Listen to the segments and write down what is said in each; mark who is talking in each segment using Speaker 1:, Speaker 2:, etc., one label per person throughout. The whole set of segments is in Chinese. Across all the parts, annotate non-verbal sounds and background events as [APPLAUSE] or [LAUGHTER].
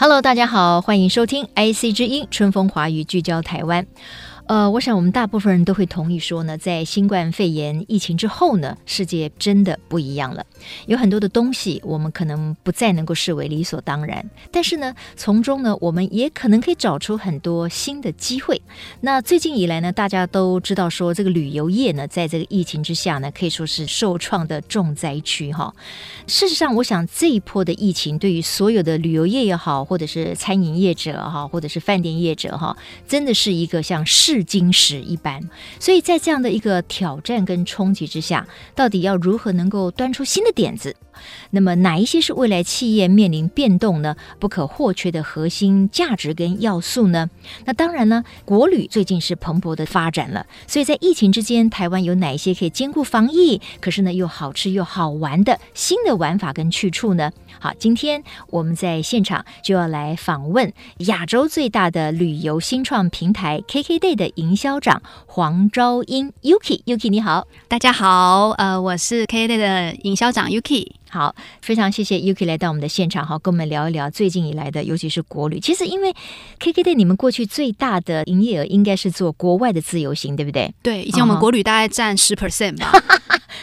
Speaker 1: Hello，大家好，欢迎收听 IC 之音春风华语聚焦台湾。呃，我想我们大部分人都会同意说呢，在新冠肺炎疫情之后呢，世界真的不一样了。有很多的东西我们可能不再能够视为理所当然，但是呢，从中呢，我们也可能可以找出很多新的机会。那最近以来呢，大家都知道说，这个旅游业呢，在这个疫情之下呢，可以说是受创的重灾区哈、事实上，我想这一波的疫情对于所有的旅游业也好，或者是餐饮业者哈，或者是饭店业者哈，真的是一个像试金石一般。所以在这样的一个挑战跟冲击之下，到底要如何能够端出新的点子？那么哪一些是未来企业面临变动呢不可或缺的核心价值跟要素呢？那当然呢，国旅最近是蓬勃的发展了，所以在疫情之间，台湾有哪一些可以兼顾防疫，可是呢又好吃又好玩的新的玩法跟去处呢？好，今天我们在现场就要来访问亚洲最大的旅游新创平台 KKday 的营销长黄昭英 Yuki Yuki 你好。
Speaker 2: 大家好，呃，我是 K Day 的营销长 Yuki。
Speaker 1: 好，非常谢谢 Yuki 来到我们的现场，好，跟我们聊一聊最近以来的，尤其是国旅。其实因为 KKday 你们过去最大的营业额应该是做国外的自由行，对不对？
Speaker 2: 对，以前我
Speaker 1: 嗯
Speaker 2: 们
Speaker 1: 哼
Speaker 2: 国旅大概占十 percent 吧，
Speaker 1: [LAUGHS]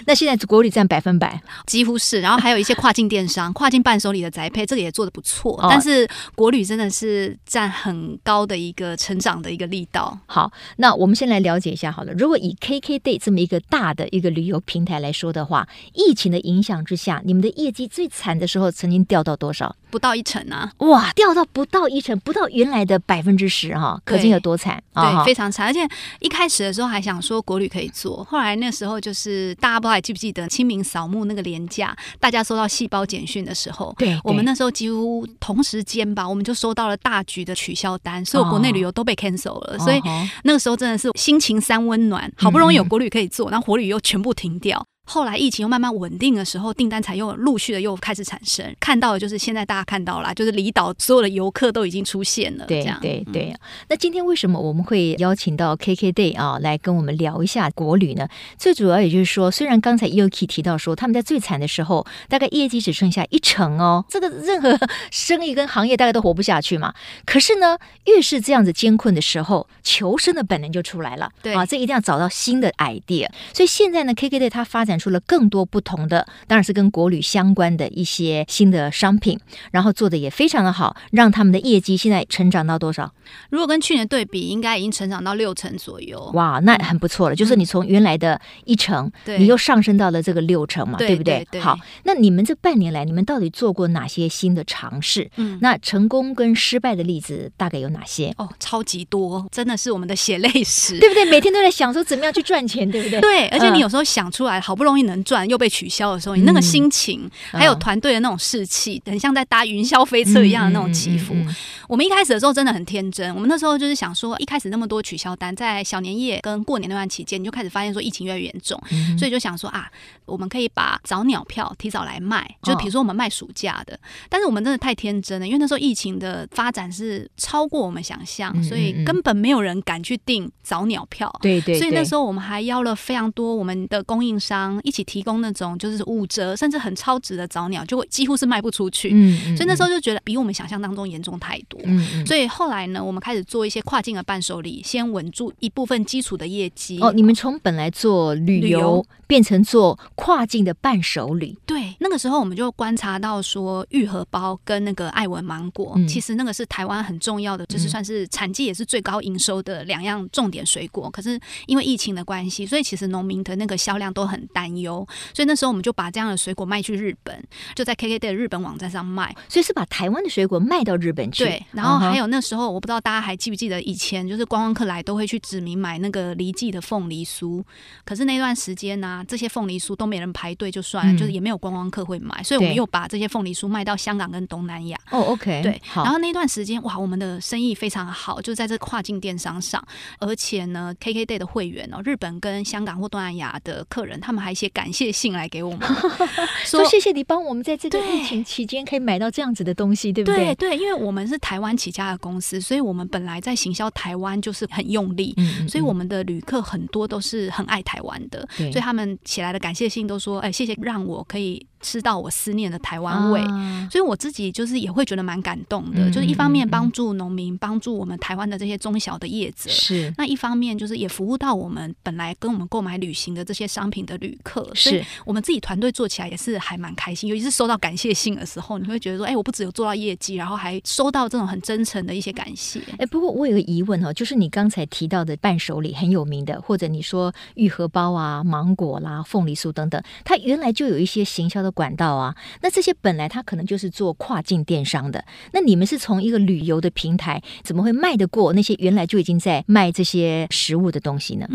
Speaker 1: 那现在国旅占百分百，
Speaker 2: 几乎是。然后还有一些跨境
Speaker 1: [LAUGHS]
Speaker 2: 电商、跨境伴手礼的宅配，这个也做的不错
Speaker 1: 哦。
Speaker 2: 但是国旅真的是占很高的一个成长的一个力道。
Speaker 1: 好，那我们先来了解一下好了。如果以 KKday 这么一个大的一个旅游平台来说的话，疫情的影响之下，你们的业绩最惨的时候曾经掉到多少？
Speaker 2: 不到一成啊，
Speaker 1: 哇，掉到不到一成，不到原来的百分之十哈，可见有多惨啊！哈
Speaker 2: 对，非常惨。而且一开始的时候还想说国旅可以做，后来那时候就是大家不知道还记不记得清明扫墓那个廉价，大家收到细胞简讯的时候，
Speaker 1: 对，
Speaker 2: 我们
Speaker 1: 对
Speaker 2: 那时候几乎同时间吧，我们就收到了大局的取消单，所有国内旅游都被 cancel 了，所以
Speaker 1: 哦嗯吼
Speaker 2: 那个时候真的是心情三温暖，好不容易有国旅可以做，然后国旅又全部停掉。后来疫情又慢慢稳定的时候，订单才又陆续的又开始产生。看到的就是现在大家看到啦，就是离岛所有的游客都已经出现了，
Speaker 1: 对
Speaker 2: 这样
Speaker 1: 对
Speaker 2: 嗯
Speaker 1: 对、那今天为什么我们会邀请到 KKday 啊来跟我们聊一下国旅呢？最主要也就是说，虽然刚才 Yuki 提到说他们在最惨的时候，大概业绩只剩下一成哦，这个任何 [LAUGHS] 生意跟行业大概都活不下去嘛。可是呢，越是这样子艰困的时候，求生的本能就出来了。
Speaker 2: 对
Speaker 1: 啊，这一定要找到新的 idea。所以现在呢，KKday 它发展出了更多不同的，当然是跟国旅相关的一些新的商品，然后做的也非常的好，让他们的业绩现在成长到多少？
Speaker 2: 如果跟去年对比，应该已经成长到六成左右。
Speaker 1: 哇，那很不错了，就是你从原来的一成，
Speaker 2: 嗯对
Speaker 1: 你又上升到了这个六成嘛，
Speaker 2: 对
Speaker 1: 不对
Speaker 2: 对对
Speaker 1: 好，那你们这半年来，你们到底做过哪些新的尝试？
Speaker 2: 嗯
Speaker 1: 那成功跟失败的例子大概有哪些？
Speaker 2: 哦，超级多，真的是我们的血泪史。
Speaker 1: 对不对？每天都在想说怎么样去赚钱，对不对？
Speaker 2: 对，而且
Speaker 1: 嗯
Speaker 2: 你有时候想出来，好不容易能赚，又被取消的时候，你那个
Speaker 1: 嗯
Speaker 2: 心情，
Speaker 1: 嗯
Speaker 2: 还有团队的那种士气，很像在搭云霄飞车一样的那种起伏。
Speaker 1: 嗯嗯嗯
Speaker 2: 我们一开始的时候真的很天真，我们那时候就是想说，一开始那么多取消单，在小年夜跟过年那段期间，你就开始发现说疫情越来越严重，
Speaker 1: 嗯嗯
Speaker 2: 所以就想说啊，我们可以把早鸟票提早来卖，就
Speaker 1: 哦
Speaker 2: 比如说我们卖暑假的，但是我们真的太天真了，因为那时候疫情的发展是超过我们想象
Speaker 1: 嗯，
Speaker 2: 所
Speaker 1: 嗯
Speaker 2: 以
Speaker 1: 嗯
Speaker 2: 根本没有人敢去订早鸟票。
Speaker 1: 对嗯对，
Speaker 2: 所以那时
Speaker 1: 候
Speaker 2: 候我们还邀了非常多我们的供应商一起提供那种就是五折甚至很超值的早鸟，就几乎是卖不出去。
Speaker 1: 嗯，嗯
Speaker 2: 所以那时候就觉得比我们想象当中严重太多。
Speaker 1: 嗯嗯。
Speaker 2: 所以后来呢，我们开始做一些跨境的伴手礼，先稳住一部分基础的业绩。
Speaker 1: 哦，你们从本来做旅
Speaker 2: 旅
Speaker 1: 游
Speaker 2: 游
Speaker 1: 变成做跨境的伴手礼，
Speaker 2: 对，那个时候我们就观察到说，玉荷包跟那个艾文芒果，
Speaker 1: 嗯
Speaker 2: 其实那个是台湾很重要的，就是
Speaker 1: 嗯
Speaker 2: 算是产季也是最高营收的两样重点水果。可是因为疫情的关系，所以其实农民的那个销量都很单担忧，所以那时候我们就把这样的水果卖去日本，就在 KKday 的日本网站上卖。
Speaker 1: 所以是把台湾的水果卖到日本去。
Speaker 2: 对，然后
Speaker 1: 嗯哼
Speaker 2: 还有那时候我不知道大家还记不记得，以前就是观光客来都会去指名买那个离季的凤梨酥，可是那段时间呢、这些凤梨酥都没人排队就算了，
Speaker 1: 嗯
Speaker 2: 就是也没有观光客会买，所以我们
Speaker 1: 对
Speaker 2: 又把这些凤梨酥卖到香港跟东南亚。
Speaker 1: 哦，OK，
Speaker 2: 对，
Speaker 1: 好，
Speaker 2: 然后那段时间哇，我们的生意非常好，就在这跨境电商上，而且呢，KKday 的会员哦，日本跟香港或东南亚的客人，他们还写感谢信来给我们，
Speaker 1: [LAUGHS] 说谢谢你帮我们在这个
Speaker 2: 对
Speaker 1: 疫情期间可以买到这样子的东西，对不
Speaker 2: 对对，因为我们是台湾起家的公司，所以我们本来在行销台湾就是很用力，
Speaker 1: 嗯，嗯
Speaker 2: 所以我
Speaker 1: 嗯
Speaker 2: 们的旅客很多都是很爱台湾的，
Speaker 1: 对
Speaker 2: 所以他们写来的感谢信都说：“哎，谢谢让我可以吃到我思念的台湾味。
Speaker 1: 啊
Speaker 2: 所以我自己就是也会觉得蛮感动的，
Speaker 1: 嗯
Speaker 2: 就是一方面
Speaker 1: 嗯嗯
Speaker 2: 帮助农民，帮助我们台湾的这些中小的业者。
Speaker 1: 是
Speaker 2: 那一方面就是也服务到我们本来跟我们购买旅行的这些商品的旅客，所以
Speaker 1: 是
Speaker 2: 我们自己团队做起来也是还蛮开心，尤其是收到感谢信的时候，你会觉得说，哎、我不只有做到业绩，然后还收到这种很真诚的一些感谢。
Speaker 1: 哎，不过我有个疑问哈、哦，就是你刚才提到的伴手礼很有名的，或者你说玉荷包啊、芒果啦、凤梨酥等等，它原来就有一些行销的管道啊。那这些本来它可能就是做跨境电商的，那你们是从一个旅游的平台，怎么会卖得过那些原来就已经在卖这些食物的东西呢？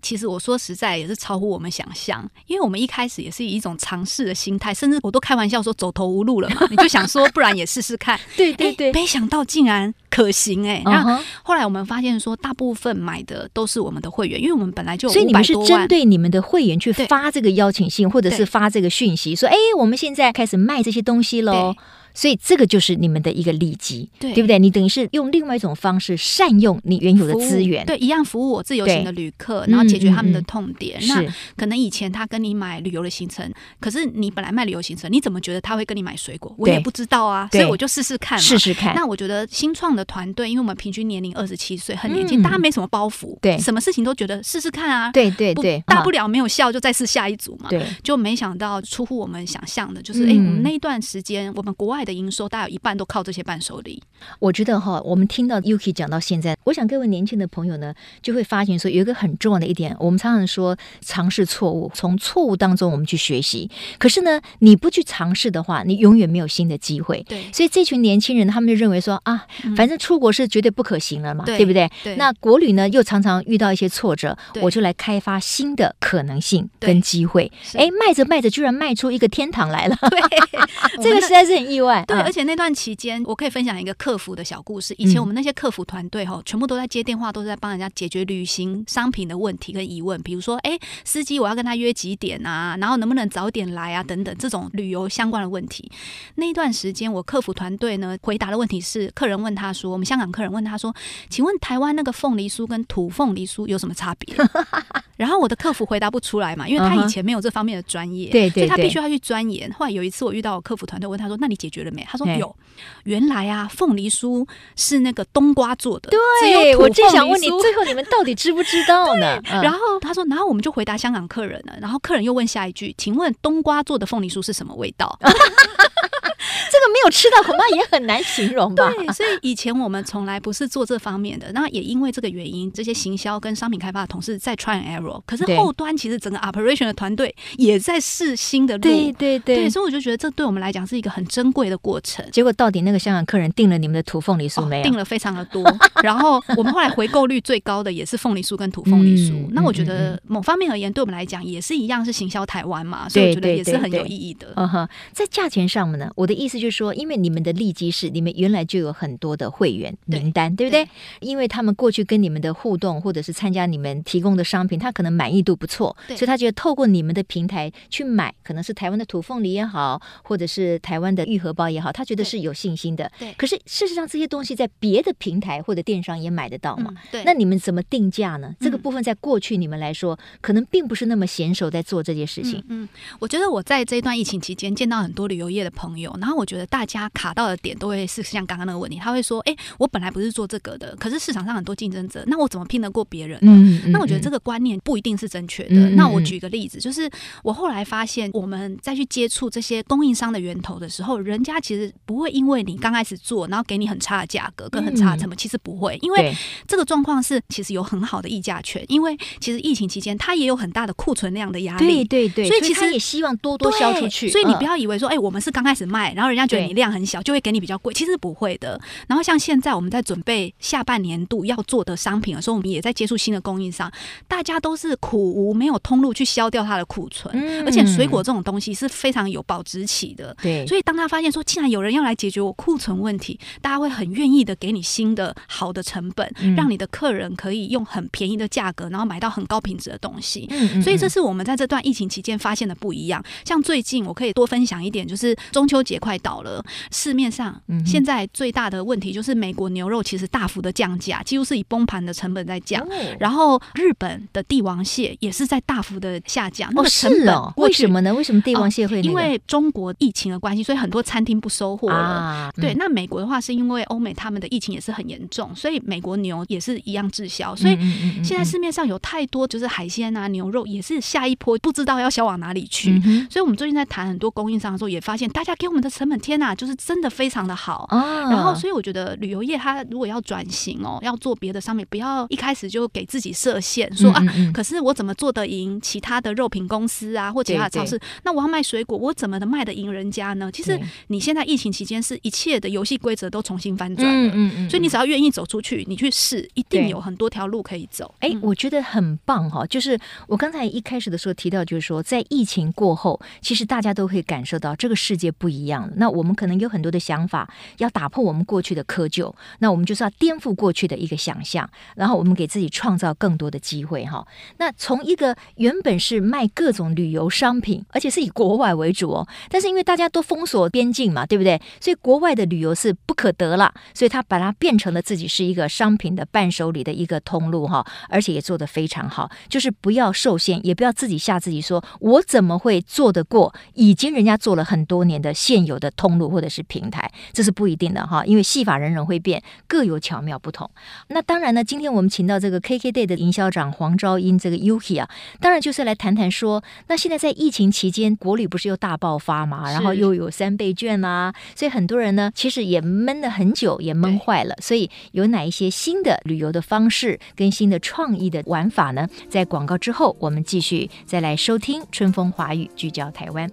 Speaker 2: 其实我说实在也是超乎我们想象，因为我们一开始也是以一种尝试的心态，甚至我都开玩笑说走投无路了
Speaker 1: [LAUGHS]
Speaker 2: 嘛，你就想说不然也试试看，
Speaker 1: 对
Speaker 2: 哎没想到竟然可行哎、然
Speaker 1: 嗯
Speaker 2: 后
Speaker 1: 哼
Speaker 2: 后来我们发现说，大部分买的都是我们的会员，因为我们本来就有
Speaker 1: 所以你们是
Speaker 2: 500多
Speaker 1: 针
Speaker 2: 万。
Speaker 1: 对你们的会员去
Speaker 2: 对
Speaker 1: 发这个邀请信，或者是
Speaker 2: 对
Speaker 1: 发这个讯息，说：“哎，我们现在开始卖这些东西喽
Speaker 2: 对。”
Speaker 1: 所以这个就是你们的一个利基，
Speaker 2: 对
Speaker 1: 不对？你等于是用另外一种方式善用你原有的
Speaker 2: 服务
Speaker 1: 资源，
Speaker 2: 对，一样服务我自由行的旅客，
Speaker 1: 对
Speaker 2: 然后解决他们
Speaker 1: 嗯
Speaker 2: 的
Speaker 1: 嗯嗯
Speaker 2: 痛点。那
Speaker 1: 是
Speaker 2: 可能以前他跟你买旅游的行程，可是你本来卖旅游行程，你怎么觉得他会跟你买水果？我
Speaker 1: 对
Speaker 2: 也不知道啊，
Speaker 1: 对
Speaker 2: 所以我就试试看嘛。
Speaker 1: 试试看。
Speaker 2: 那我觉得新创的团队，因为我们平均年龄二十七岁，很年
Speaker 1: 嗯
Speaker 2: 轻，大家没什么包袱，
Speaker 1: 对
Speaker 2: 什么事情都觉得试试看啊，
Speaker 1: 对对
Speaker 2: 不
Speaker 1: 对，
Speaker 2: 大
Speaker 1: 啊
Speaker 2: 不了没有效就再试下一组嘛。
Speaker 1: 对
Speaker 2: 就没想到出乎我们想象的，就是
Speaker 1: 嗯
Speaker 2: 哎、诶我们那一段时间，我们国外的营收大概有一半都靠这些伴手礼。
Speaker 1: 我觉得哈，我们听到 Yuki 讲到现在，我想各位年轻的朋友呢，就会发现说有一个很重要的一点，我们常常说尝试错误，从错误当中我们去学习。可是呢，你不去尝试的话，你永远没有新的机会。
Speaker 2: 对
Speaker 1: 所以这群年轻人他们就认为说啊，反正出国是绝对不可行了嘛，
Speaker 2: 嗯对
Speaker 1: 不对？
Speaker 2: 对
Speaker 1: 那国旅呢，又常常遇到一些挫折，
Speaker 2: 对
Speaker 1: 我就来开发新的可能性
Speaker 2: 对
Speaker 1: 跟机会。
Speaker 2: 是
Speaker 1: 哎，卖着卖着，居然卖出一个天堂来了， [LAUGHS]
Speaker 2: 对，啊我
Speaker 1: 这
Speaker 2: 们
Speaker 1: 个
Speaker 2: 那
Speaker 1: 实在是很意外。
Speaker 2: 对，
Speaker 1: 嗯
Speaker 2: 而且那段期间，我可以分享一个客服的小故事。以前我们那些客服团队哈，全部都在接电话，都是在帮人家解决旅行商品的问题跟疑问，比如说，哎，司机我要跟他约几点啊，然后能不能早点来啊，等等这种旅游相关的问题。那一段时间，我客服团队呢回答的问题是，客人问他说，我们香港客人问他说，请问台湾那个凤梨酥跟土凤梨酥有什么差别？ [LAUGHS] 然后我的客服回答不出来嘛，因为他
Speaker 1: 嗯哼
Speaker 2: 以前没有这方面的专业，
Speaker 1: 对对
Speaker 2: 所以他
Speaker 1: 对
Speaker 2: 必须要去钻研。后来有一次我遇到我客服团队，问他说：“那你解决了没？”他说
Speaker 1: 嘿：“
Speaker 2: 有。”原来啊，凤梨酥是那个冬瓜做的，只
Speaker 1: 对，
Speaker 2: 有土
Speaker 1: 哎我正想
Speaker 2: 凤梨
Speaker 1: 问你，
Speaker 2: 酥
Speaker 1: 最后你们到底知不知道
Speaker 2: [LAUGHS]
Speaker 1: 呢？嗯
Speaker 2: 然后他说，然后我们就回答香港客人了，然后客人又问下一句：“请问冬瓜做的凤梨酥是什么味道？”
Speaker 1: 这个没有吃到，恐怕也很难形容吧？
Speaker 2: [LAUGHS] 对，所以以前我们从来不是做这方面的，那也因为这个原因，这些行销跟商品开发的同事在 try and error，可是
Speaker 1: 对
Speaker 2: 后端其实整个 operation 的团队也在试新的路，
Speaker 1: 对
Speaker 2: 对，所以我就觉得这对我们来讲是一个很珍贵的过程。
Speaker 1: 结果到底那个香港客人订了你们的土凤梨酥
Speaker 2: 哦
Speaker 1: 没有？
Speaker 2: 订了非常的多， [LAUGHS] 然后我们后来回购率最高的也是凤梨酥跟土凤梨酥。
Speaker 1: 嗯
Speaker 2: 那我觉
Speaker 1: 嗯
Speaker 2: 得某方面而言，对我们来讲也是一样是行销台湾嘛，所以我觉得
Speaker 1: 对
Speaker 2: 也是
Speaker 1: 对
Speaker 2: 很有
Speaker 1: 对
Speaker 2: 意义的。
Speaker 1: 嗯哼，在价钱上面呢，我的意思就是说，因为你们的利基是你们原来就有很多的会员
Speaker 2: 对
Speaker 1: 名单，对不对
Speaker 2: 对
Speaker 1: 因为他们过去跟你们的互动，或者是参加你们提供的商品，他可能满意度不错，所
Speaker 2: 对
Speaker 1: 以他觉得透过你们的平台去买，可能是台湾的土凤梨也好，或者是台湾的玉荷包也好，他觉得
Speaker 2: 对
Speaker 1: 是有信心的。
Speaker 2: 对
Speaker 1: 可是事实上，这些东西在别的平台或者电商也买得到嘛？
Speaker 2: 嗯，对。
Speaker 1: 那你们怎么定价呢？这个
Speaker 2: 嗯
Speaker 1: 部分在过去你们来说，可能并不是那么娴熟在做这件事情。
Speaker 2: 嗯，嗯我觉得我在这一段疫情期间见到很多旅游业的朋友，然后我觉得大大家卡到的点都会是像刚刚那个问题，他会说：“哎、我本来不是做这个的，可是市场上很多竞争者，那我怎么拼得过别人呢？”
Speaker 1: 嗯
Speaker 2: 那我觉得
Speaker 1: 嗯
Speaker 2: 这个观念不一定是正确的。
Speaker 1: 嗯嗯
Speaker 2: 那我
Speaker 1: 嗯
Speaker 2: 举一个例子，就是我后来发现，我们再去接触这些供应商的源头的时候，人家其实不会因为你刚开始做，然后给你很差的价格跟很差的成本，其实不会，因为
Speaker 1: 嗯对
Speaker 2: 这个状况是其实有很好的议价权，因为其实疫情期间它也有很大的库存量的压
Speaker 1: 对
Speaker 2: 力。
Speaker 1: 对对，
Speaker 2: 所以其
Speaker 1: 他
Speaker 2: 实
Speaker 1: 也希望多多销出去，
Speaker 2: 对所以你
Speaker 1: 嗯
Speaker 2: 不要以为说，哎、我们是刚开始卖，然后人家觉得
Speaker 1: 对
Speaker 2: 你量很小，就会给你比较贵，其实不会的。然后像现在我们在准备下半年度要做的商品的时候，我们也在接触新的供应商，大家都是苦无没有通路去消掉它的库存，
Speaker 1: 嗯
Speaker 2: 而且水果这种东西是非常有保质期的，
Speaker 1: 对，
Speaker 2: 所以当他发现说，竟然有人要来解决我库存问题，大家会很愿意的给你新的好的成本，
Speaker 1: 嗯
Speaker 2: 让你的客人可以用很便宜的价格，然后买到很高品质的东西。
Speaker 1: 嗯嗯
Speaker 2: 所以这
Speaker 1: 嗯
Speaker 2: 是我们在这段疫情期间发现的不一样。像最近我可以多分享一点，就是中秋节快到了，市面上
Speaker 1: 嗯哼
Speaker 2: 现在最大的问题就是美国牛肉其实大幅的降价，几乎是以崩盘的成本在降。
Speaker 1: 哦
Speaker 2: 然后日本的帝王蟹也是在大幅的下降，那
Speaker 1: 哦
Speaker 2: 个
Speaker 1: 是
Speaker 2: 成本
Speaker 1: 哦，
Speaker 2: 过
Speaker 1: 为
Speaker 2: 去
Speaker 1: 什么呢？为什么帝王蟹会那个、
Speaker 2: 因为中国疫情的关系，所以很多餐厅不收货了。
Speaker 1: 啊，
Speaker 2: 对，
Speaker 1: 嗯，
Speaker 2: 那美国的话是因为欧美他们的疫情也是很严重，所以美国牛也是一样滞销，所以
Speaker 1: 嗯嗯嗯嗯
Speaker 2: 现在
Speaker 1: 嗯
Speaker 2: 市面上有太多就是海鲜啊、牛肉也是下一波不知道要销往哪里去。
Speaker 1: 嗯哼
Speaker 2: 所以我们最近在谈很多供应商的时候，也发现大家给我们的成本天呐、就是真的非常的好。
Speaker 1: 啊，
Speaker 2: 然后，所以我觉得旅游业它如果要转型哦，要做别的商品，不要一开始就给自己设限，说、啊
Speaker 1: 嗯，嗯嗯
Speaker 2: 可是我怎么做得赢其他的肉品公司啊，或其他的超市？那我要卖水果，我怎么能卖得赢人家呢？其实
Speaker 1: 对
Speaker 2: 你现在疫情期间是一切的游戏规则都重新翻转
Speaker 1: 嗯
Speaker 2: 了，
Speaker 1: 嗯嗯，
Speaker 2: 所以你
Speaker 1: 嗯
Speaker 2: 只要愿意走出去，你去试，一
Speaker 1: 对
Speaker 2: 定有很多条路可以走。
Speaker 1: 哎
Speaker 2: 嗯，
Speaker 1: 我觉得很棒哈、就是我刚才一开始的时候提到，就是说在疫情过后，其实大家都会感受到这个世界不一样了。那我们可能有很多的想法，要打破我们过去的窠臼，那我们就是要颠覆过去的一个想象，然后我们给自己创造更多的机会哈、那从一个原本是卖各种旅游商品，而且是以国外为主哦，但是因为大家都封锁边境嘛，对不对？所以国外的旅游是不可得了，所以他把它变成了自己是一个商品的伴手礼的一个通路哈、而且也做得非常好，就是不要受限，也不要自己吓自己说，我怎么会做得过已经人家做了很多年的现有的通路或者是平台，这是不一定的哈，因为戏法人人会变，各有巧妙不同。那当然呢，今天我们请到这个 KKday 的营销长黄昭英这个 Yuki 啊，当然就是来谈谈说，那现在在疫情期间，国旅不是又大爆发嘛，
Speaker 2: 是
Speaker 1: 然后又有三倍券啦、所以很多人呢其实也闷了很久，也闷坏了。所以有哪一些新的旅游的方式跟新的创意的玩法呢？在广告之后，我们继续再来收听春风华语聚焦台湾。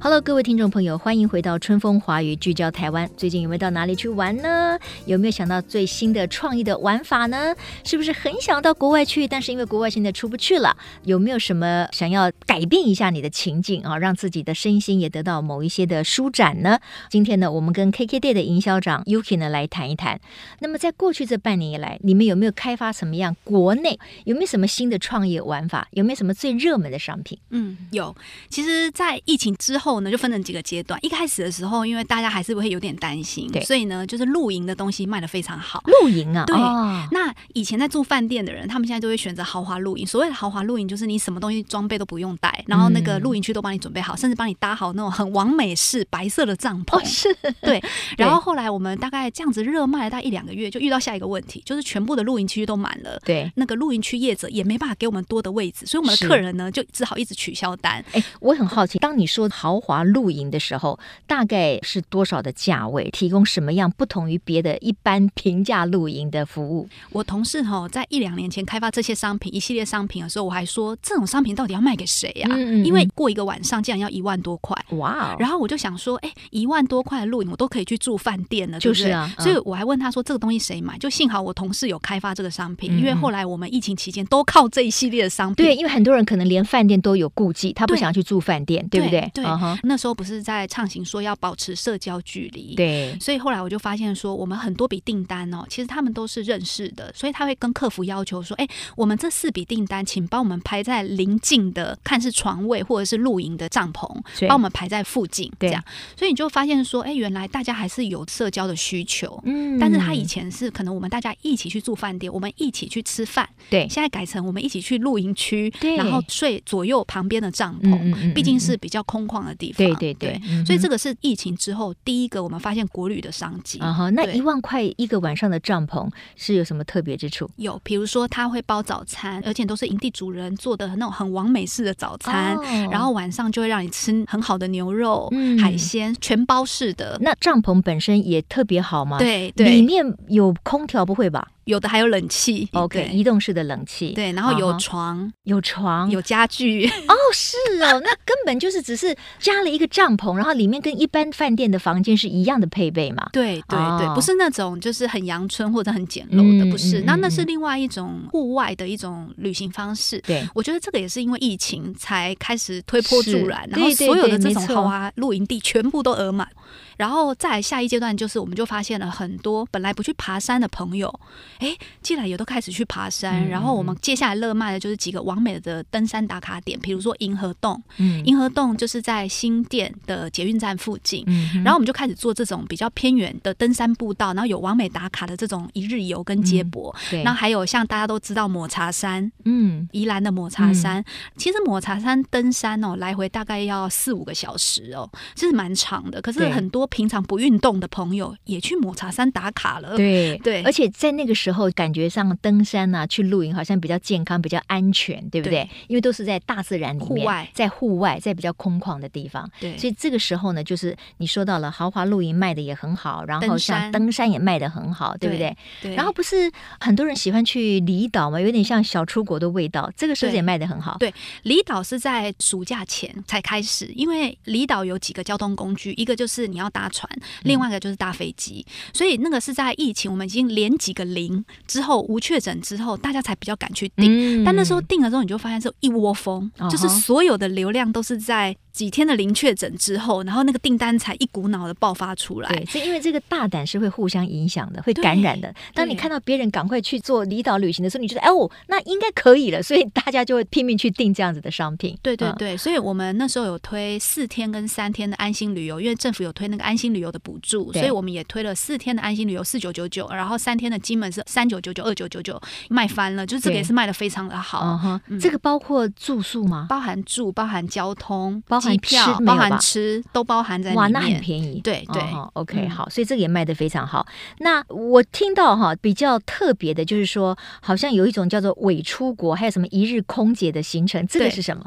Speaker 1: Hello，各位听众朋友，欢迎回到春风华语聚焦台湾。最近有没有到哪里去玩呢？有没有想到最新的创意的玩法呢？是不是很想到国外去，但是因为国外现在出不去了，有没有什么想要改变一下你的情境啊，让自己的身心也得到某一些的舒展呢？今天呢，我们跟 KKday 的营销长 Yuki 呢来谈一谈。那么在过去这半年以来，你们有没有开发什么样国内有没有什么新的创业玩法？有没有什么最热门的商品？
Speaker 2: 嗯，有。其实，在疫情之后呢，就分成几个阶段。一开始的时候，因为大家还是会有点担心
Speaker 1: 对，
Speaker 2: 所以呢，就是露营的东西卖得非常好。
Speaker 1: 露营啊，
Speaker 2: 对
Speaker 1: 哦
Speaker 2: 那以前在住饭店的人，他们现在就会选择豪华露营。所谓的豪华露营，就是你什么东西装备都不用带，然后那个
Speaker 1: 嗯
Speaker 2: 露营区都帮你准备好，甚至帮你搭好那种很完美式白色的帐篷。
Speaker 1: 哦是， [LAUGHS]
Speaker 2: 对，然后后来我们大概这样子热卖了大概一两个月，就遇到下一个问题，就是全部的露营区都满了。
Speaker 1: 对。
Speaker 2: 那个露营区业者也没办法给我们多的位置，所以我们
Speaker 1: 是
Speaker 2: 的客人呢就只好一直取消单。
Speaker 1: 哎，我很好奇，当你说豪华露营的时候，大概是多少的价位？提供什么样不同于别的一般 [LAUGHS] 平价露营的服务？
Speaker 2: 我同事哈、在一两年前开发这些商品一系列商品的时候，我还说这种商品到底要卖给谁呀、
Speaker 1: 嗯嗯嗯
Speaker 2: 因为过一个晚上竟然要一万多块。
Speaker 1: 哇哦，
Speaker 2: 然后我就想说，哎，一万多块的露营我都可以去住饭店了，对
Speaker 1: 就
Speaker 2: 不
Speaker 1: 是
Speaker 2: 对
Speaker 1: 啊嗯
Speaker 2: 所以我还问他说，这个东西谁买？就幸好我同事有开发这个商品，
Speaker 1: 嗯
Speaker 2: 因为
Speaker 1: 嗯
Speaker 2: 后来我们疫情期间都靠这一系列的商品。
Speaker 1: 对，因为很多人可能连饭店都有顾忌，他不
Speaker 2: 对
Speaker 1: 想去住饭店，对不
Speaker 2: 对
Speaker 1: 对？啊哈哼，
Speaker 2: 那时候不是在畅行说要保持社交距离，
Speaker 1: 对，
Speaker 2: 所以后来我就发现说，我们很多笔订单哦，其实他们都是认识的，所以他会跟客服要求说，哎，我们这四笔订单，请帮我们排在临近的，看是床位或者是露营的帐篷，
Speaker 1: 所以
Speaker 2: 帮我们排在附近，这
Speaker 1: 对
Speaker 2: 样，所以你就发现说，哎，原来大家还是有社交的需求。
Speaker 1: 嗯
Speaker 2: 但是他以前是可能我们大家一起去住饭店，我们一起去吃饭，
Speaker 1: 对
Speaker 2: 现在改成我们一起去露营区
Speaker 1: 对，
Speaker 2: 然后睡左右旁边的帐
Speaker 1: 嗯
Speaker 2: 篷，
Speaker 1: 嗯嗯嗯
Speaker 2: 毕竟是比较空旷的地方。
Speaker 1: 对对对，嗯哼
Speaker 2: 所以这个是疫情之后第一个我们发现国旅的商机。
Speaker 1: 啊哈，那
Speaker 2: 对
Speaker 1: 一万块一个晚上的帐篷是有什么特别之处？
Speaker 2: 有，比如说他会包早餐，而且都是营地主人做的那种很完美式的早餐，
Speaker 1: 哦
Speaker 2: 然后晚上就会让你吃很好的牛肉、
Speaker 1: 嗯
Speaker 2: 海鲜，全包式的。
Speaker 1: 那帐篷本身也特别好吗？，
Speaker 2: 对
Speaker 1: 里
Speaker 2: 对，
Speaker 1: 面有空调不会吧
Speaker 2: 有的还有冷气。
Speaker 1: ？OK，
Speaker 2: 对
Speaker 1: 移动式的冷气，
Speaker 2: 对，然后
Speaker 1: 啊
Speaker 2: 有
Speaker 1: 哈
Speaker 2: 床、
Speaker 1: 有床，
Speaker 2: 有家具，
Speaker 1: 哦，是哦，那根本就是只是加了一个帐篷，然后里面跟一般饭店的房间是一样的配备嘛。
Speaker 2: 对对
Speaker 1: 哦
Speaker 2: 对，不是那种就是很阳春或者很简陋
Speaker 1: 嗯
Speaker 2: 的，不是
Speaker 1: 嗯。
Speaker 2: 那
Speaker 1: 嗯
Speaker 2: 那
Speaker 1: 嗯
Speaker 2: 是另外一种户外的一种旅行方式。
Speaker 1: 对，
Speaker 2: 我觉得这个也是因为疫情才开始推波助澜
Speaker 1: 是，
Speaker 2: 然后
Speaker 1: 对对
Speaker 2: 所有的
Speaker 1: 对
Speaker 2: 这
Speaker 1: 没
Speaker 2: 种
Speaker 1: 错
Speaker 2: 豪华露营地全部都额满。然后再来下一阶段就是，我们就发现了很多本来不去爬山的朋友，哎，既然也都开始去爬山。
Speaker 1: 嗯
Speaker 2: 然后我们接下来热卖的就是几个完美的登山打卡点，比如说银河洞，
Speaker 1: 嗯
Speaker 2: 银河洞就是在新店的捷运站附近。
Speaker 1: 嗯哼
Speaker 2: 然后我们就开始做这种比较偏远的登山步道，然后有完美打卡的这种一日游跟接
Speaker 1: 嗯
Speaker 2: 驳。
Speaker 1: 对，
Speaker 2: 然后还有像大家都知道抹茶山，
Speaker 1: 嗯，
Speaker 2: 宜兰的抹茶山，其实抹茶山登山哦，来回大概要四五个小时哦，其实蛮长的。可是
Speaker 1: 对
Speaker 2: 很多平常不运动的朋友也去抹茶山打卡了。
Speaker 1: 对
Speaker 2: 呃对
Speaker 1: 而且在那个时候感觉上登山呐、去露营好像比较健康、比较安全，对不对？
Speaker 2: 对
Speaker 1: 因为都是在大自然里面，
Speaker 2: 户外
Speaker 1: 在户外，在比较空旷的地方。
Speaker 2: 对
Speaker 1: 所以这个时候呢，就是你说到了豪华露营卖的也很好，然后
Speaker 2: 登
Speaker 1: 像
Speaker 2: 山
Speaker 1: 登山也卖的很好，对不对？
Speaker 2: 对对，
Speaker 1: 然后不是很多人喜欢去离岛嘛，有点像小出国的味道，这个是不是
Speaker 2: 对
Speaker 1: 也卖得很好？
Speaker 2: 对离岛是在暑假前才开始，因为离岛有几个交通工具，一个就是你要搭船，另外一个就是搭飞机，
Speaker 1: 嗯
Speaker 2: 所以那个是在疫情我们已经连几个零之后无确诊之后，大家才比较敢去订。
Speaker 1: 嗯
Speaker 2: 但那时候定了之后，你就发现是一窝蜂，
Speaker 1: 嗯哼
Speaker 2: 就是所有的流量都是在几天的零确诊之后，然后那个订单才一股脑的爆发出来
Speaker 1: 对，。是因为这个大胆是会互相影响的，会
Speaker 2: 对
Speaker 1: 感染的。当你
Speaker 2: 对
Speaker 1: 看到别人赶快去做离岛旅行的时候，你觉得哎哦，那应该可以了，所以大家就会拼命去订这样子的商品。
Speaker 2: 对对
Speaker 1: 嗯，
Speaker 2: 对，所以我们那时候有推四天跟三天的安心旅游，因为政府有推那个安心旅游的补助，
Speaker 1: 对
Speaker 2: 所以我们也推了四天的安心旅游四九九九，然后三天的金门是三九九九、二九九九，卖翻了，就是这个
Speaker 1: 对
Speaker 2: 也是卖的非常的
Speaker 1: 嗯
Speaker 2: 好，
Speaker 1: 哼，
Speaker 2: 嗯
Speaker 1: 这个包括住宿吗？
Speaker 2: 包含住、包含交通、
Speaker 1: 包含吃
Speaker 2: 机票、
Speaker 1: 没
Speaker 2: 包
Speaker 1: 有吧
Speaker 2: 含吃都包含在里面。
Speaker 1: 哇，那很便宜。
Speaker 2: 对对
Speaker 1: 哦哈 OK，、
Speaker 2: 嗯
Speaker 1: 好，所以这个也卖得非常好。那我听到哈比较特别的，就是说好像有一种叫做伪出国，还有什么一日空姐的行程，这个
Speaker 2: 对
Speaker 1: 是什么？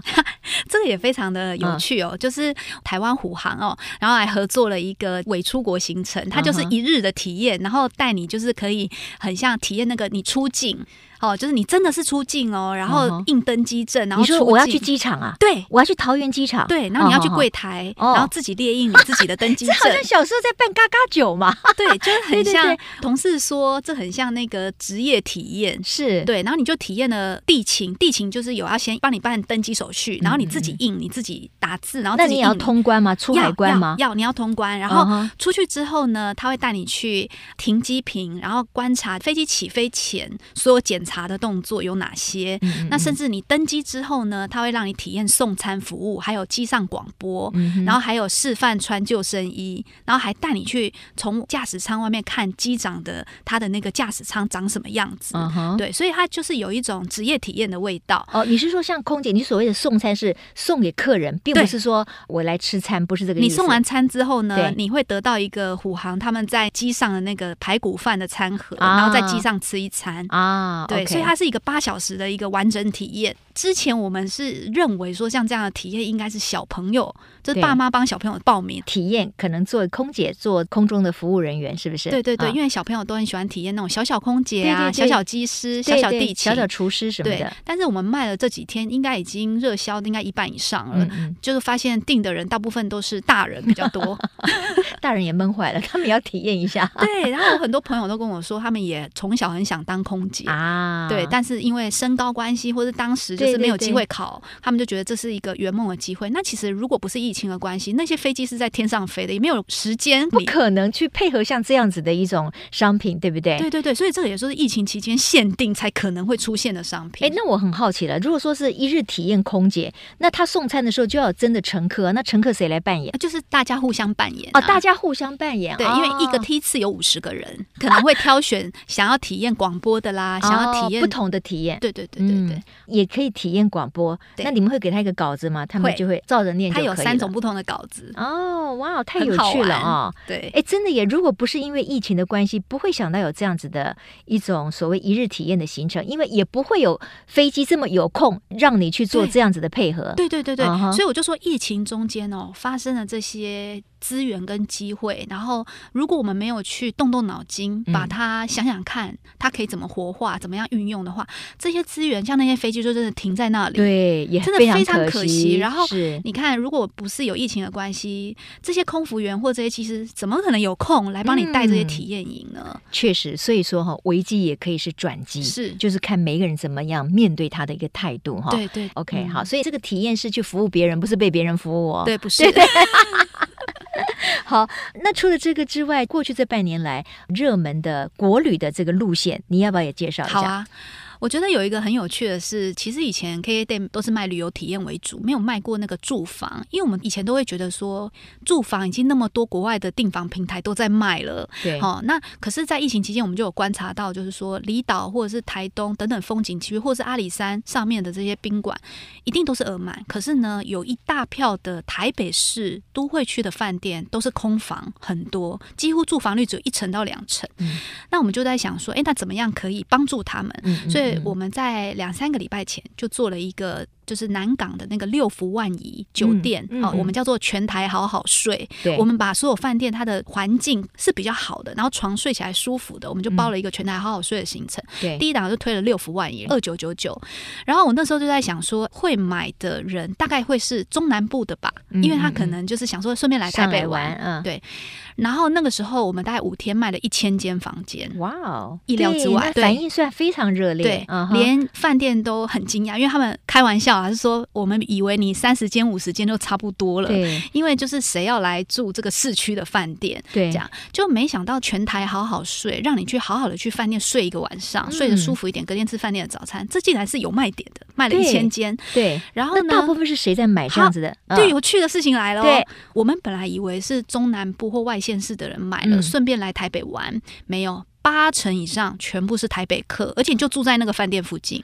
Speaker 2: 这个也非常的
Speaker 1: 嗯
Speaker 2: 有趣哦，就是台湾虎航哦，然后还合作了一个伪出国行程，它就是
Speaker 1: 嗯哼
Speaker 2: 一日的体验，然后带你就是可以很像体验那个你出境哦，就是你真的是出境哦，然
Speaker 1: 嗯哼
Speaker 2: 后印登机证，然后
Speaker 1: 你
Speaker 2: 出
Speaker 1: 说
Speaker 2: 境
Speaker 1: 我要去机场啊，
Speaker 2: 对
Speaker 1: 我要去桃园机场，
Speaker 2: 对，然后你要去
Speaker 1: 哦
Speaker 2: 柜台，
Speaker 1: 哦
Speaker 2: 然后自己列印你自己的登机
Speaker 1: [LAUGHS] 这
Speaker 2: 证，
Speaker 1: 好像小时候在办嘎嘎酒
Speaker 2: [LAUGHS]
Speaker 1: 嘛，
Speaker 2: 对，就是
Speaker 1: 对
Speaker 2: 很
Speaker 1: 对
Speaker 2: 像
Speaker 1: 对
Speaker 2: 同事说这很像那个职业体验，
Speaker 1: 是，
Speaker 2: 对，然后你就体验了地勤，地勤就是有要先帮你办登机手续，然后你自己印，你自己打字，然后
Speaker 1: 那
Speaker 2: 自己
Speaker 1: 你也
Speaker 2: 印
Speaker 1: 要通关吗？出海关吗？
Speaker 2: 要要要，你要通关，
Speaker 1: 嗯
Speaker 2: 然后
Speaker 1: 哼
Speaker 2: 出去之后呢，他会带你去停机坪，然后观察飞机起飞前所有检查的动作有哪些。
Speaker 1: 嗯
Speaker 2: 那甚至你登机之后呢，他会让你体验送餐服务，还有机上广播，
Speaker 1: 嗯
Speaker 2: 然后还有示范穿救生衣，然后还带你去从驾驶舱外面看机长的他的那个驾驶舱长什么样子。
Speaker 1: 嗯哼，
Speaker 2: 对，所以它就是有一种职业体验的味道。
Speaker 1: 哦，你是说像空姐，你所谓的送餐是送给客人，并不
Speaker 2: 对
Speaker 1: 是说我来吃餐，不是这个意思。
Speaker 2: 你送完餐之后呢
Speaker 1: 对，
Speaker 2: 你会得到一个虎航他们在机上的那个排骨饭的餐盒，
Speaker 1: 啊
Speaker 2: 然后在机上吃一餐。
Speaker 1: 啊，
Speaker 2: 对
Speaker 1: OK
Speaker 2: 所以它是一个八小时的一个完整体验。之前我们是认为说，像这样的体验应该是小朋友，就是
Speaker 1: 对
Speaker 2: 爸妈帮小朋友报名。
Speaker 1: 体验可能做空姐，做空中的服务人员，是不是？
Speaker 2: 对对对，
Speaker 1: 啊
Speaker 2: 因为小朋友都很喜欢体验那种小小空姐啊、
Speaker 1: 对对对
Speaker 2: 小小机师、小
Speaker 1: 对
Speaker 2: 小
Speaker 1: 对
Speaker 2: 地勤、
Speaker 1: 小小厨师什么
Speaker 2: 对
Speaker 1: 的。。
Speaker 2: 但是我们卖了这几天，应该已经热销，应该一半以上了。
Speaker 1: 嗯嗯，
Speaker 2: 就是发现订的人大部分都是大人比较
Speaker 1: [LAUGHS]
Speaker 2: 多，
Speaker 1: 大人也闷坏了，他们也要体验一下 [LAUGHS]
Speaker 2: 对，然后有很多朋友都跟 [LAUGHS] 我说，他们也从小很想当空姐。
Speaker 1: 啊。
Speaker 2: 对，但是因为身高关系，或是当时就是没有
Speaker 1: 对对
Speaker 2: 机会考，他们就觉得这是一个圆梦的机会。那其实如果不是疫情的关系，那些飞机是在天上飞的，也没有时间
Speaker 1: 不
Speaker 2: 你
Speaker 1: 可能去配合像这样子的一种商品，对不对？
Speaker 2: 对对对，所以这个也就是疫情期间限定才可能会出现的商品。
Speaker 1: 哎，那我很好奇了，如果说是一日体验空姐，那她送餐的时候就要有真的乘客啊，那乘客谁来扮演？
Speaker 2: 就是大家互相扮演
Speaker 1: 哦，
Speaker 2: 啊、
Speaker 1: 大家互相扮演，
Speaker 2: 对，
Speaker 1: 哦
Speaker 2: 因为一个梯次有五十个人，可能会挑选想要体验广播的
Speaker 1: [LAUGHS]
Speaker 2: 啦，想要
Speaker 1: 哦
Speaker 2: 体验、
Speaker 1: 不，同的体验，
Speaker 2: 对对对对对。
Speaker 1: 嗯也可以体验广播。
Speaker 2: 对
Speaker 1: 那你们会给他一个稿子吗？他们
Speaker 2: 会
Speaker 1: 就会照着念就
Speaker 2: 它
Speaker 1: 可以
Speaker 2: 有
Speaker 1: 了。
Speaker 2: 三种不同的稿子，
Speaker 1: 哦，哇，太
Speaker 2: 很
Speaker 1: 有
Speaker 2: 好
Speaker 1: 趣了
Speaker 2: 玩
Speaker 1: 啊、
Speaker 2: 对，
Speaker 1: 哎，真的耶！如果不是因为疫情的关系，不会想到有这样子的一种所谓一日体验的行程，因为也不会有飞机这么有空让你去做
Speaker 2: 对
Speaker 1: 这样子的配合。
Speaker 2: 对对对对
Speaker 1: 嗯哼
Speaker 2: 所以我就说，疫情中间哦，发生了这些资源跟机会，然后如果我们没有去动动脑筋，
Speaker 1: 嗯
Speaker 2: 把它想想看，它可以怎么活化，怎么样运用的话，这些资源像那些飞机就真的停在那里。
Speaker 1: 对，也
Speaker 2: 真的非常可惜然后
Speaker 1: 是
Speaker 2: 你看，如果不是有疫情的关系，这些空服员或这些技师怎么可能有空来帮你带这些
Speaker 1: 嗯
Speaker 2: 体验营呢？
Speaker 1: 确实，所以说哈，危机也可以是转机，
Speaker 2: 是
Speaker 1: 嗯就是看每一个人怎么样面对他的一个态度哈。
Speaker 2: 对对
Speaker 1: ，OK，、
Speaker 2: 嗯
Speaker 1: 好，所以这个体验是去服务别人，不是被别人服务哦。
Speaker 2: 对，不是，
Speaker 1: 好，那除了这个之外，过去这半年来热门的国旅的这个路线，你要不要也介绍一下？
Speaker 2: 好啊。我觉得有一个很有趣的是，其实以前 K K d a m 都是卖旅游体验为主，没有卖过那个住房，因为我们以前都会觉得说住房已经那么多国外的订房平台都在卖了，
Speaker 1: 对，
Speaker 2: 好、那可是，在疫情期间，我们就有观察到，就是说离岛或者是台东等等风景区，或者是阿里山上面的这些宾馆，一定都是额满。可是呢，有一大票的台北市都会区的饭店都是空房，很多，几乎住房率只有一成到两成。
Speaker 1: 嗯
Speaker 2: 那我们就在想说，诶，那怎么样可以帮助他们？
Speaker 1: 嗯嗯
Speaker 2: 所以
Speaker 1: 嗯
Speaker 2: 我们在两三个礼拜前就做了一个，就是南港的那个六福万怡酒
Speaker 1: 嗯
Speaker 2: 店，
Speaker 1: 嗯
Speaker 2: 哦，我
Speaker 1: 嗯
Speaker 2: 们叫做全台好好睡。
Speaker 1: 对
Speaker 2: 我们把所有饭店它的环境是比较好的，然后床睡起来舒服的，我们就包了一个全台好好睡的行程。
Speaker 1: 对
Speaker 2: 第一档就推了六福万元，二九九九。然后我那时候就在想说，会买的人大概会是中南部的吧，
Speaker 1: 嗯
Speaker 2: 因为他
Speaker 1: 嗯
Speaker 2: 可能就是想说顺便来台
Speaker 1: 上
Speaker 2: 北
Speaker 1: 来
Speaker 2: 玩。
Speaker 1: 玩，嗯，
Speaker 2: 对然后那个时候我们大概五天卖了一千间房间。
Speaker 1: 哇哦，
Speaker 2: 意料之
Speaker 1: 对
Speaker 2: 外
Speaker 1: 那
Speaker 2: 对
Speaker 1: 反应算非常热烈，
Speaker 2: 对
Speaker 1: 嗯，哼
Speaker 2: 连饭店都很惊讶，因为他们开玩笑啊，是说我们以为你三十间、五十间就差不多了，
Speaker 1: 对
Speaker 2: 因为就是谁要来住这个市区的饭店，
Speaker 1: 对
Speaker 2: 这样就没想到全台好好睡，让你去好好的去饭店睡一个晚上，
Speaker 1: 嗯
Speaker 2: 睡得舒服一点，隔天吃饭店的早餐，这竟然是有卖点的，卖了
Speaker 1: 对
Speaker 2: 一千间。
Speaker 1: 对。
Speaker 2: 然后
Speaker 1: 那大部
Speaker 2: 呢？
Speaker 1: 分是谁在买这样子的？嗯
Speaker 2: 对，有趣的事情来了、哦。
Speaker 1: 对，
Speaker 2: 我们本来以为是中南部或外县市的人买了，
Speaker 1: 嗯
Speaker 2: 顺便来台北玩，没有八成以上全部是台北客，而且你就住在那个饭店附近。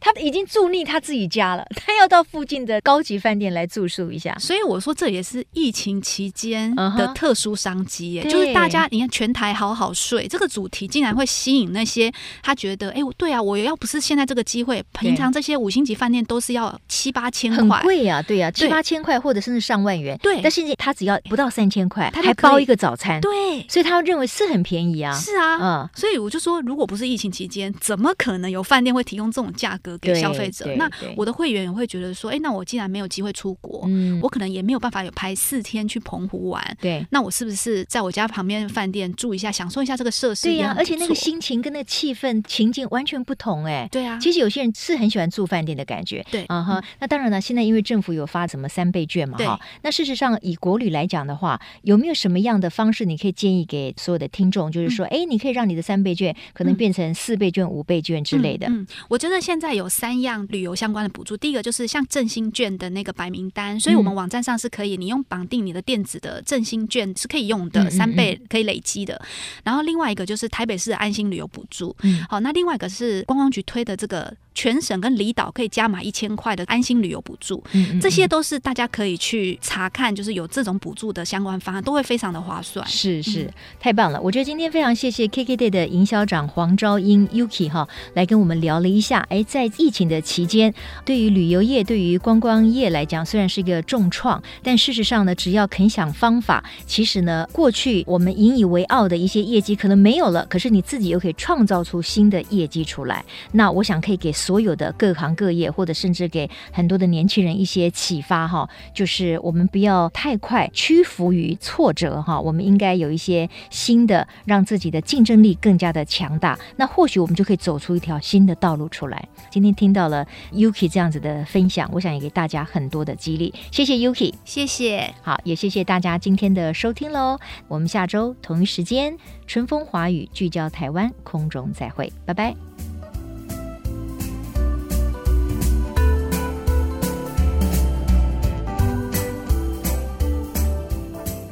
Speaker 1: 他已经住腻他自己家了，他要到附近的高级饭店来住宿一下。
Speaker 2: 所以我说这也是疫情期间
Speaker 1: 嗯
Speaker 2: 的
Speaker 1: 哼
Speaker 2: 特殊商机耶
Speaker 1: 对
Speaker 2: 就是大家你看全台好好睡这个主题，竟然会吸引那些他觉得，哎、对啊，我要不是现在这个机会，平常这些五星级饭店都是要七八千
Speaker 1: 很
Speaker 2: 块。
Speaker 1: 贵呀、啊对呀、七
Speaker 2: 对
Speaker 1: 八千块或者甚至上万元。
Speaker 2: 对
Speaker 1: 但现在他只要不到三千块，
Speaker 2: 他就
Speaker 1: 还
Speaker 2: 可以
Speaker 1: 包一个早餐，
Speaker 2: 对，
Speaker 1: 所以他认为是很便宜啊。
Speaker 2: 是啊。
Speaker 1: 嗯，
Speaker 2: 所以我就说，如果不是疫情期间，怎么可能有饭店会提供这种价格给
Speaker 1: 对
Speaker 2: 消费者
Speaker 1: 对？
Speaker 2: 那
Speaker 1: 对
Speaker 2: 我的会员也会觉得说，哎、那我既然没有机会出国，
Speaker 1: 嗯，
Speaker 2: 我可能也没有办法有排四天去澎湖玩，
Speaker 1: 对
Speaker 2: 那我是不是在我家旁边饭店住一下，享受一下这个设施
Speaker 1: 对
Speaker 2: 也
Speaker 1: 呀、
Speaker 2: 很不错？
Speaker 1: 而且那个心情跟那个气氛情境完全不同哎、
Speaker 2: 对啊，
Speaker 1: 其实有些人是很喜欢住饭店的感觉，
Speaker 2: 对嗯
Speaker 1: 啊哈、那当然了，现在因为政府有发什么三倍券嘛，
Speaker 2: 对
Speaker 1: 哈。那事实上，以国旅来讲的话，有没有什么样的方式你可以建议给所有的听众？就是说，哎、你可以让你的三倍券可能
Speaker 2: 嗯
Speaker 1: 变成四倍券、五倍券之类的。
Speaker 2: 嗯，嗯我觉得现在有三样旅游相关的补助，第一个就是像振兴券的那个白名单，所以
Speaker 1: 嗯
Speaker 2: 我们网站上是可以，你用绑定你的电子的振兴券是可以用
Speaker 1: 嗯嗯
Speaker 2: 的，
Speaker 1: 嗯
Speaker 2: 三倍可以累积的。然后另外一个就是台北市的安心旅游补助，
Speaker 1: 嗯
Speaker 2: 好，那另外一个是观光局推的这个全省跟离岛可以加码一千块的安心旅游补助，
Speaker 1: 嗯嗯
Speaker 2: 这些都是大家可以去查看，就是有这种补助的相关方案，都会非常的划算。
Speaker 1: 是是，太棒了！我觉得今天非常谢谢 KKday 的营销长黄昭英 Yuki 哈，来跟我们聊了一下。哎，在疫情的期间，对于旅游业、对于观光业来讲，虽然是一个重创，但事实上呢，只要肯想方法，其实呢，过去我们引以为傲的一些业绩可能没有了，可是你自己又可以创造出新的业绩出来。那我想可以给所有的各行各业，或者甚至给很多的年轻人一些启发哈，就是我们不要太快屈服于挫折哈，我们应该有一些新的，让自己的竞争力更加的强大。那或许我们就可以走出一条新的道路出来。今天听到了 Yuki 这样子的分享，我想也给大家很多的激励。谢谢 Yuki，
Speaker 2: 谢谢，
Speaker 1: 好，也谢谢大家今天的收听喽。我们下周同一时间，春风华语聚焦台湾，空中再会，拜拜。